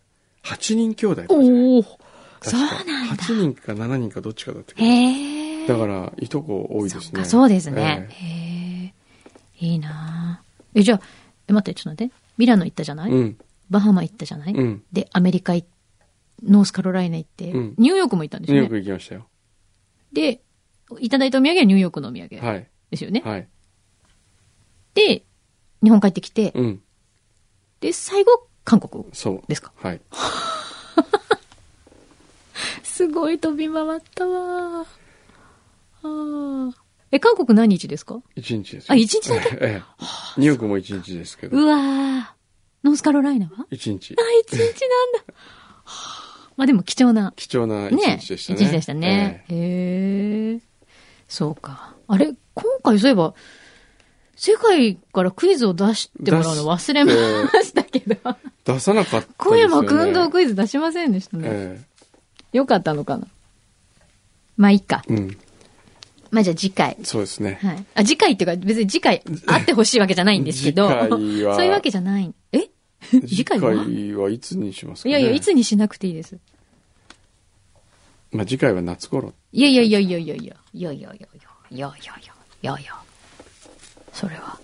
A: 8人兄弟とかじゃない
B: おお、
A: 確
B: そう
A: か
B: なんだ。
A: 8人か7人かどっちかだったけ
B: へえ。
A: どだからいとこ多い
B: そ
A: で
B: っ
A: す
B: か、
A: ね
B: そうですね。
A: え
B: へえ。いいなあえ、じゃあ、え待って、ちょっと待って。ミラノ行ったじゃない、
A: えうん
B: バハマ行ったじゃない、
A: うん
B: で、アメリカ行っノースカロライナ行って、
A: うん
B: ニューヨークも行ったんです
A: ニュー
B: よ
A: ヨー
B: ね。
A: ク行きましたよ
B: で、いただいたお土産はニューヨークのお土産
A: はい
B: ですよね。
A: はい
B: で、日本帰ってきて、
A: うん
B: で、最後、韓国
A: そう
B: ですか。
A: はい
B: すごい飛び回ったわああ。え、韓国何日ですか
A: 一日ですよ
B: あ、一日だけ。
A: ええニューヨークも一日ですけ
B: う
A: ど
B: わあ。ノースカロライナは
A: 一日
B: あ、一日なんだ。 はあまあでも貴重な。
A: 貴重な一
B: ね。
A: 日でしたね
B: 一日でしたね。
A: え
B: へえ。そうか。あれ、今回そういえば、世界からクイズを出してもらうの忘れましたけど、
A: え出さなかったですよね
B: 小山くんどクイズ出しませんでしたね。
A: え
B: よかったのかなまあいいか。
A: えうん
B: まあじゃあ次回。
A: そうですね
B: はい。あ、次回っていうか、別に次回あってほしいわけじゃないんですけど、
A: 次回は
B: そういうわけじゃない。 え次回は
A: 次回はいつにしますか
B: い
A: ね
B: やいや、いつにしなくていいです。
A: まあ次回は夏頃
B: いやいやいやいやいやいや、いやいやいやいや、いやいやいや、いやいや。それは。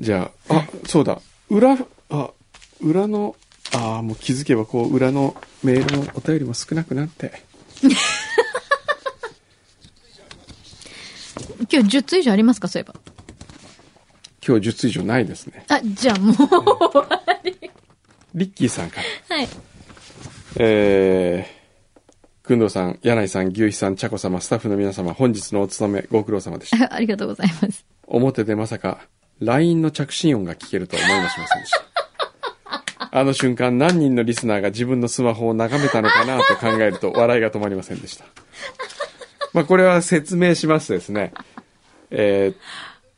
A: じゃああそうだ裏あ裏のああもう気づけばこう裏のメールのお便りも少なくなって
B: 今日10通以上ありますかそういえば。
A: 今日10通以上ないですね
B: あ、じゃあもう終わり。
A: リッキーさんから
B: はい。
A: えー、くんどうさん、柳井さん、牛肥さん、茶子様、スタッフの皆様、本日のお勤め、ご苦労様 でした。
B: あありがとうございます。
A: 表でまさか、LINE の着信音が聞けるとは思いもしませんでした。あの瞬間、何人のリスナーが自分のスマホを眺めたのかなと考えると、笑いが止まりませんでした。まあ、これは説明しますとですね。え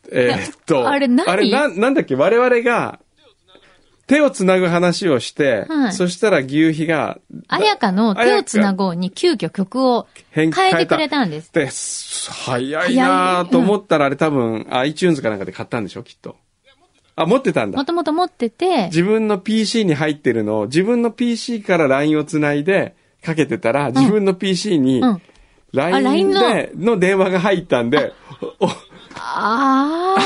A: ー、えーっと、
B: あれ何
A: あれな、なんだっけ、我々が、手をつなぐ話をして、
B: はい
A: そしたら牛皮が、
B: あやかの手をつなごうに急遽曲を変
A: 変
B: えてくれたんです。
A: で、す早いなぁと思ったら、あれ多分、iTunes かなんかで買ったんでしょ、きっと。あ、持ってたん
B: も
A: だ。
B: ともと持ってて、
A: 自分の PC に入ってるのを、自分の PC から LINE をつないで、かけてたら、自分の PC に
B: うん、
A: LINE
B: あ LINE
A: で、の電話が入ったんで、お
B: あ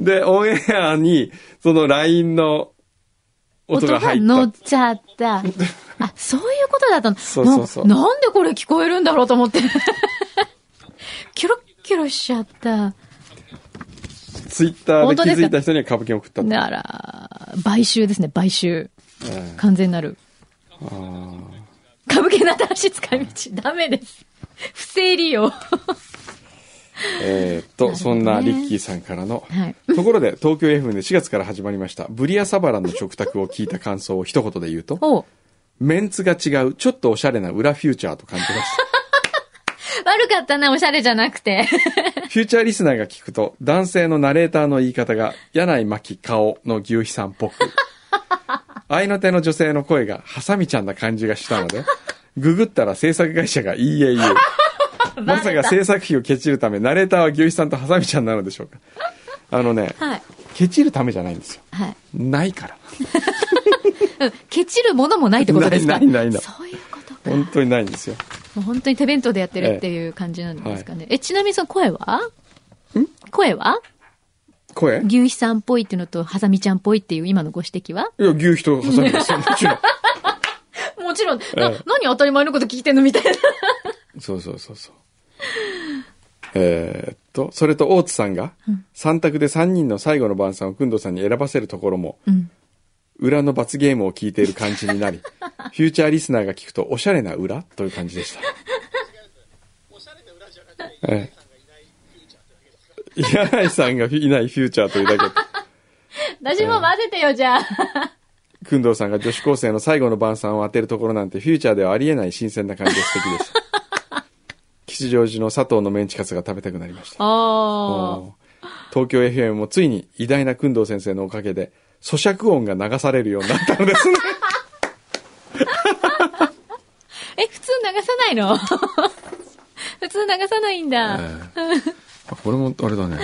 A: で、オンエアに、その LINE の
B: ー、音
A: 音が
B: が
A: 入っ
B: 乗
A: た
B: っ。ちゃった。あ、そういうことだったの。
A: そうそうそう
B: ななんでこれ聞こえるんだろうと思って。キョロッキョロしちゃった。
A: ツイッター
B: 本
A: で
B: 当
A: 気
B: です
A: づ
B: か
A: いた人には歌舞伎を送ったと。
B: なら、買収ですね、買収。
A: え
B: 完全なる。
A: えああ
B: 歌舞伎の新しい使い道、ダメです。 不正利用。は
A: えーっと、
B: なるほ
A: そ
B: どね
A: んなリッキーさんからの、
B: はい
A: ところで東京 FM で4月から始まりましたブリアサバランの食卓を聞いた感想を一言で言うと
B: おう
A: メンツが違うちょっとおしゃれな裏フューチャーと感じまし
B: 悪かったな、おしゃれじゃなくて。
A: たフューチャーリスナーが聞くと男性のナレーターの言い方が柳井真紀顔の牛皮さんっぽく合いの手の女性の声がハサミちゃんな感じがしたのでググったら制作会社が EAU まさか制作費をケチるためナレーターは牛皮さんとハサミちゃんなのでしょうかあのね、
B: はい。
A: ケチるためじゃないんですよ
B: はい。
A: ないから
B: うんケチるものもないってことです
A: な
B: か
A: いないないない
B: そういうことか。
A: 本当にないんですよ
B: もう本当に手弁当でやってるっていう感じなんですかね。え,、ちなみにその声は声は
A: 声
B: 牛肥さんっぽいっていうのと、ハサミちゃんっぽいっていう今のご指摘はい
A: や、牛皮とハサミですよ、もちろん。
B: もちろん、な
A: ええ
B: 何当たり前のこと聞いてんのみたいな。
A: そうそうそうそう。えーっと、それと大津さんが、三択で三人の最後の晩餐をくんどさんに選ばせるところも、
B: ん
A: 裏の罰ゲームを聞いている感じになり、フューチャーリスナーが聞くと、おしゃれな裏という感じでした。 ええ柳井さんがいないフューチャーというだけで。
B: 私も混ぜてよ、じゃあ。
A: 工藤さんが女子高生の最後の晩餐を当てるところなんてフューチャーではありえない新鮮な感じで素敵 でした吉祥寺の佐藤のメンチカツが食べたくなりました
B: ああ。
A: 東京 FM もついに偉大な工藤先生のおかげで咀嚼音が流されるようになったの ですね
B: え、普通流さないの 普通流さないんだ。
A: あこれもあれだね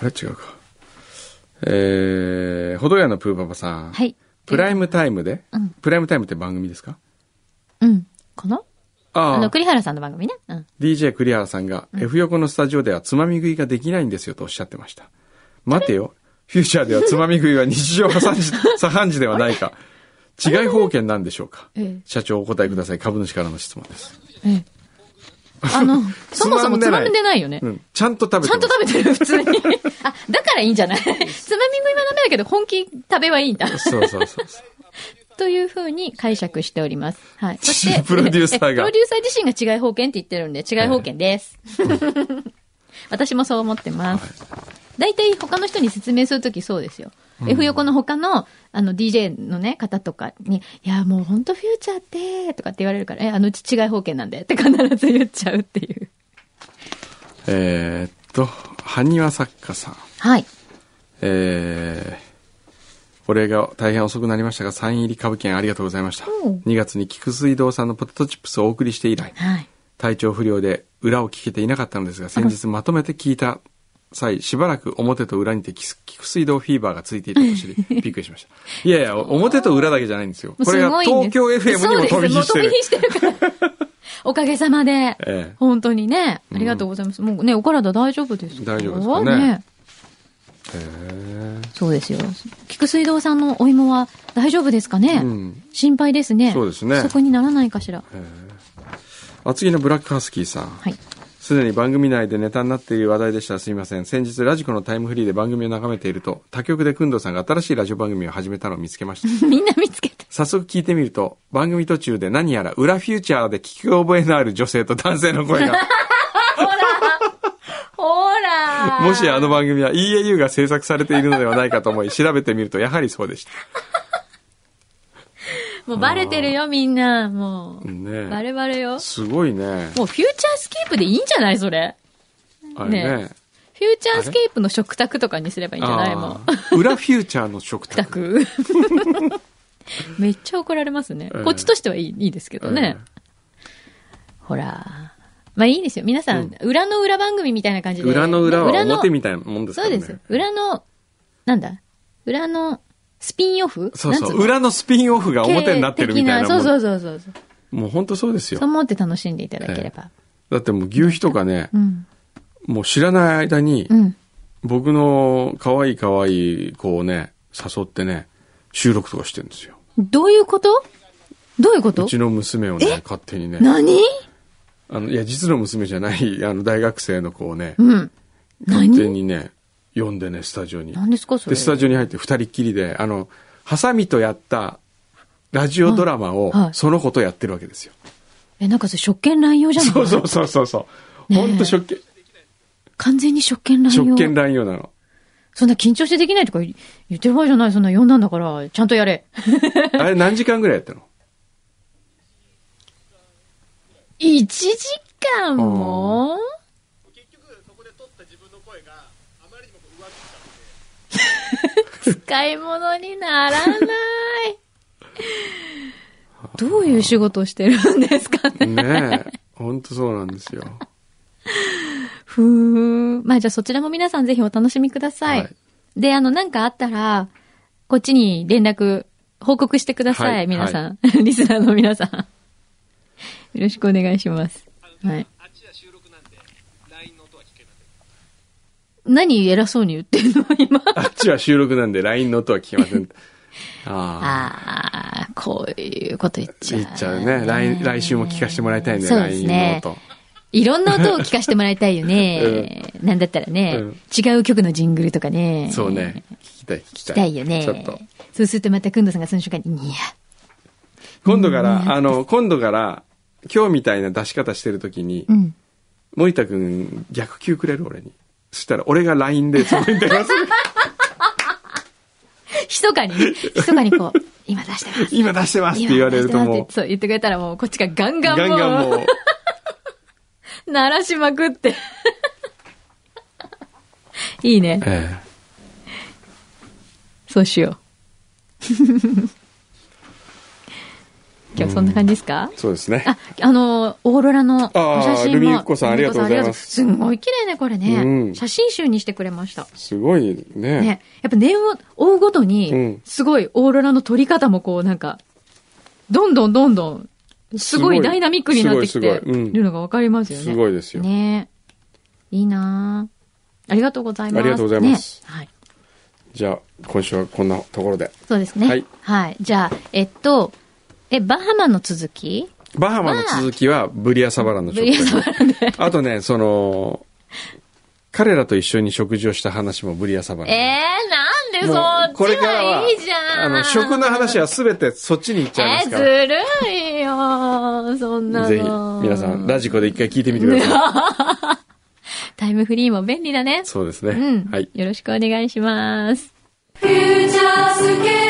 A: あれ違うかえー、ほどやのプーパパさん、
B: はい。
A: プライムタイムで、
B: うん
A: プライムタイムって番組ですか
B: うん。かな
A: あ
B: あ
A: あ
B: の、栗原さんの番組ね。うん。
A: DJ 栗原さんが F 横のスタジオではつまみ食いができないんですよとおっしゃってました。待てよ。フューチャーではつまみ食いは日常茶飯事 茶飯事ではないか。違い方権なんでしょうか
B: ええ
A: 社長お答えください。株主からの質問です。
B: ええ。あ の、そもそもつまんでないよね。
A: うん。ちゃんと食べ
B: ち
A: て
B: ゃ
A: ま
B: んと
A: す。
B: 食べてる、普通に。 あ、だからいいんじゃない つまみ食いはダメだけど、本気食べはいいんだ。
A: そうそうそうそう。
B: というふうに解釈しております。はい。そして、
A: プロデューサーが
B: えプロデューサー自身が違い保険って言ってるんで、違い保険です。 私もそう思ってます。大体他の人に説明するときそうですよ。F 横の他のあの DJ のね、方とかに、いや、もう本当フューチャーって、とかって言われるから、え、あのうち違い保険なんで、って必ず言っちゃうっていう。
A: えーっと、埴輪作家さん。
B: はい。
A: えーお礼が大変遅くなりましたが、サイン入り株券ありがとうございました
B: うん。
A: 2月に菊水道さんのポテトチップスをお送りして以来、
B: はい。
A: 体調不良で裏を聞けていなかったのですが先日まとめて聞いた際しばらく表と裏にて菊水道フィーバーがついていたと知 りびっくりしましたいやいや表と裏だけじゃないんですよ
B: もう
A: これ
B: す
A: が
B: ごいんで
A: 東
B: す
A: 京 FM にも飛び火して
B: そ
A: る
B: うですもう飛び火してるから。 おかげさまで、
A: ええ
B: 本当にね、ありがとうございます。もうね、お体大丈夫ですか
A: 大丈夫ですかねへ
B: そうですよ。菊水道さんのお芋は大丈夫ですかね、
A: うん
B: 心配ですね。
A: そうですね
B: そこにならないかしら。
A: え厚木のブラックハスキーさん
B: はい。
A: すでに番組内でネタになっている話題でしたらすみません。先日ラジコのタイムフリーで番組を眺めていると、他局でくんどさんが新しいラジオ番組を始めたのを見つけました。
B: みんな見つけた。
A: 早速聞いてみると、番組途中で何やら裏フューチャーで聞き覚えのある女性と男性の声が、
B: ほらほら
A: もしやあの番組は EAU が制作されているのではないかと 思い、調べてみるとやはりそうでした。
B: もうバレてるよ、みんな。もう。
A: ね
B: バレバレよ。
A: すごいね。
B: もうフューチャースケープでいいんじゃないそれ。
A: あれね。
B: ねフューチャースケープの食卓とかにすればいいんじゃないもう
A: あ。ー裏フューチャーの食
B: 全
A: 卓。
B: く。めっちゃ怒られますね。
A: ええ
B: こっちとしてはいいいいですけどね。ほら。まあいいですよ。皆さん、裏の裏番組みたいな感じで。
A: 裏の裏は
B: 裏の
A: 表みたいなもんですか
B: そう
A: らね。
B: です。裏の、なんだ裏のスピンオフ
A: そうそう。
B: なんつ
A: 裏のスピンオフが
B: うの
A: 表になってるみたいなも
B: 経営
A: ん。
B: 的そうそうそうそう。
A: もう本当そうです
B: そう
A: よ。
B: 思って楽しんでいただければ。
A: だってもう牛皮とかね、
B: うん。
A: もう知らない間に、
B: うん。
A: 僕の可愛い可愛い子をね、誘ってね、収録とかしてるんですよ。
B: どういうことどういうこ
A: う
B: と
A: ちの娘をね、勝手にね、
B: 何
A: あの、いや、実の娘じゃない、あの、大学生の子をね、
B: うん。
A: 勝手
B: 何
A: にね、呼んでね、スタジオに。
B: 何ですかそ
A: で、
B: れ。
A: スタジオに入って二人っきりで、あの、ハサミとやったラジオドラマを
B: はいは、い
A: その子とやってるわけですよ。
B: え、なんか それ職権乱用じゃない
A: そうそうそうそうそう。ほんと職権、
B: 完全に職権乱用。
A: 職権乱用なの。
B: そんな緊張してできないとか言言ってる場合じゃない。そんな呼んだんだから、ちゃんとやれ。
A: あれ何時間ぐらいやったの
B: 1時間も結局、そこで撮った自分の声が、あまりにも 使い物になら ない。どういう仕事をしてるんですかね。
A: ねえ。ほんとそうなんですよ。
B: ふーん。まあじゃあそちらも皆さんぜひお楽しみください。
A: はい
B: で、あの、なんかあったら、こっちに連絡、報告してください、
A: はい
B: 皆さん。 リスナーの皆さん。よろしくお願いします。はい。
D: あっちは収録なんで、LINE の音は聞けない。
B: 何偉そうに言ってんの 今。
A: あっちは収録なんで LINE の音は聞けませ ん。ああ。
B: ああ、こういうこと言っちゃう、
A: 言っちゃうね。来来週も聞かせてもらいたいね、
B: そうです
A: LINE の
B: ね
A: 音。
B: いろんな音を聞かせてもらいたいよね。 なんだったらね、
A: うん
B: 違う曲のジングルとかね。
A: そうね。聞きたい、聞きたい。
B: 聞きたいよね。
A: ちょっと。
B: そうするとまた、くんどさんがその瞬間に、いや、
A: 今度から、あの、今度から、今日みたいな出し方してるときに、
B: うん。
A: 森田く ん、逆球くれる俺に。そしたら、俺が LINE でそこに出ます。
B: 密かに、密かにこう、 今 出してます。
A: 今出してますって言われると
B: 今出してますっ
A: も
B: てそう言ってくれたらもう、こっちがガン
A: う、
B: ガン
A: ガン
B: もう、
A: ガンもう、
B: 鳴らしまくって。 いいね。
A: ええ
B: そうしよう。 今日そんな感じですか
A: そうですね。
B: あ、あの、オーロラのお写真も。
A: あールミユキコさんありがとうございます
B: ルミユキコさんありがとうすごい綺麗ね、これね。
A: うん
B: 写真集にしてくれました。
A: すごい ね。
B: ね。やっぱ年を追うごと
A: う
B: に
A: ん、
B: すごいオーロラの撮り方もこう、なんか、どんどんどんどん、すご
A: す
B: い
A: ごい
B: ダイナミックになってきて
A: すごいすごいうん
B: るのがわかりますよね。
A: すごいですよ
B: ねいいなぁありがとうございま
A: あ
B: す。
A: りがとうございます
B: ねはい。
A: じゃあ、今週はこんなところで。
B: そうですね。は
A: はいい。
B: じゃあ、えっと、え、バハマの続き
A: バハマの続きはブリアサバランの食
B: ブリアサバ
A: 事。あとね、その、彼らと一緒に食事をした話もブリアサバ
B: えー、
A: ラン。
B: なんでそっち
A: もうこれからは
B: はいいじゃん。
A: あの、食の話はすべてそっちに行っちゃいま
B: え
A: す
B: ー、
A: か
B: ず
A: ら。
B: るいよそんなの。
A: ぜひ、皆さん、ラジコで一回聞いてみてくだ さい。
B: タイムフリーも便利だね。
A: そうですね。
B: うん。
A: はい。
B: よろしくお願いします。
E: 「フューチャースケープ」